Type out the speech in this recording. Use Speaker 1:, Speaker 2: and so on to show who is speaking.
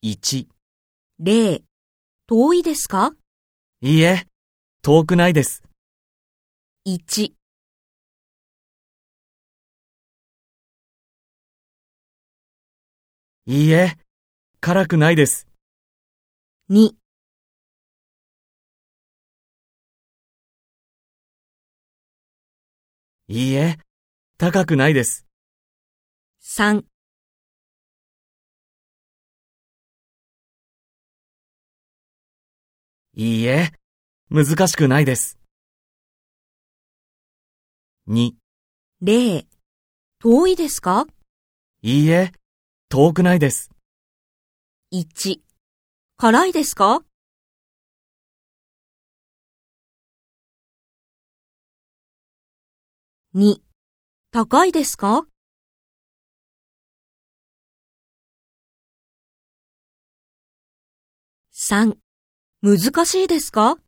Speaker 1: 1、
Speaker 2: 例、遠いですか
Speaker 1: いいえ、遠くないです。
Speaker 2: ?1、
Speaker 1: いいえ、辛くないです。
Speaker 2: 2、
Speaker 1: いいえ、高くないです。
Speaker 2: 3
Speaker 1: いいえ、難しくないです。2、
Speaker 2: 例、遠いですか
Speaker 1: いいえ、遠くないです。
Speaker 2: ?1、辛いですか2、高いですか3、難しいですか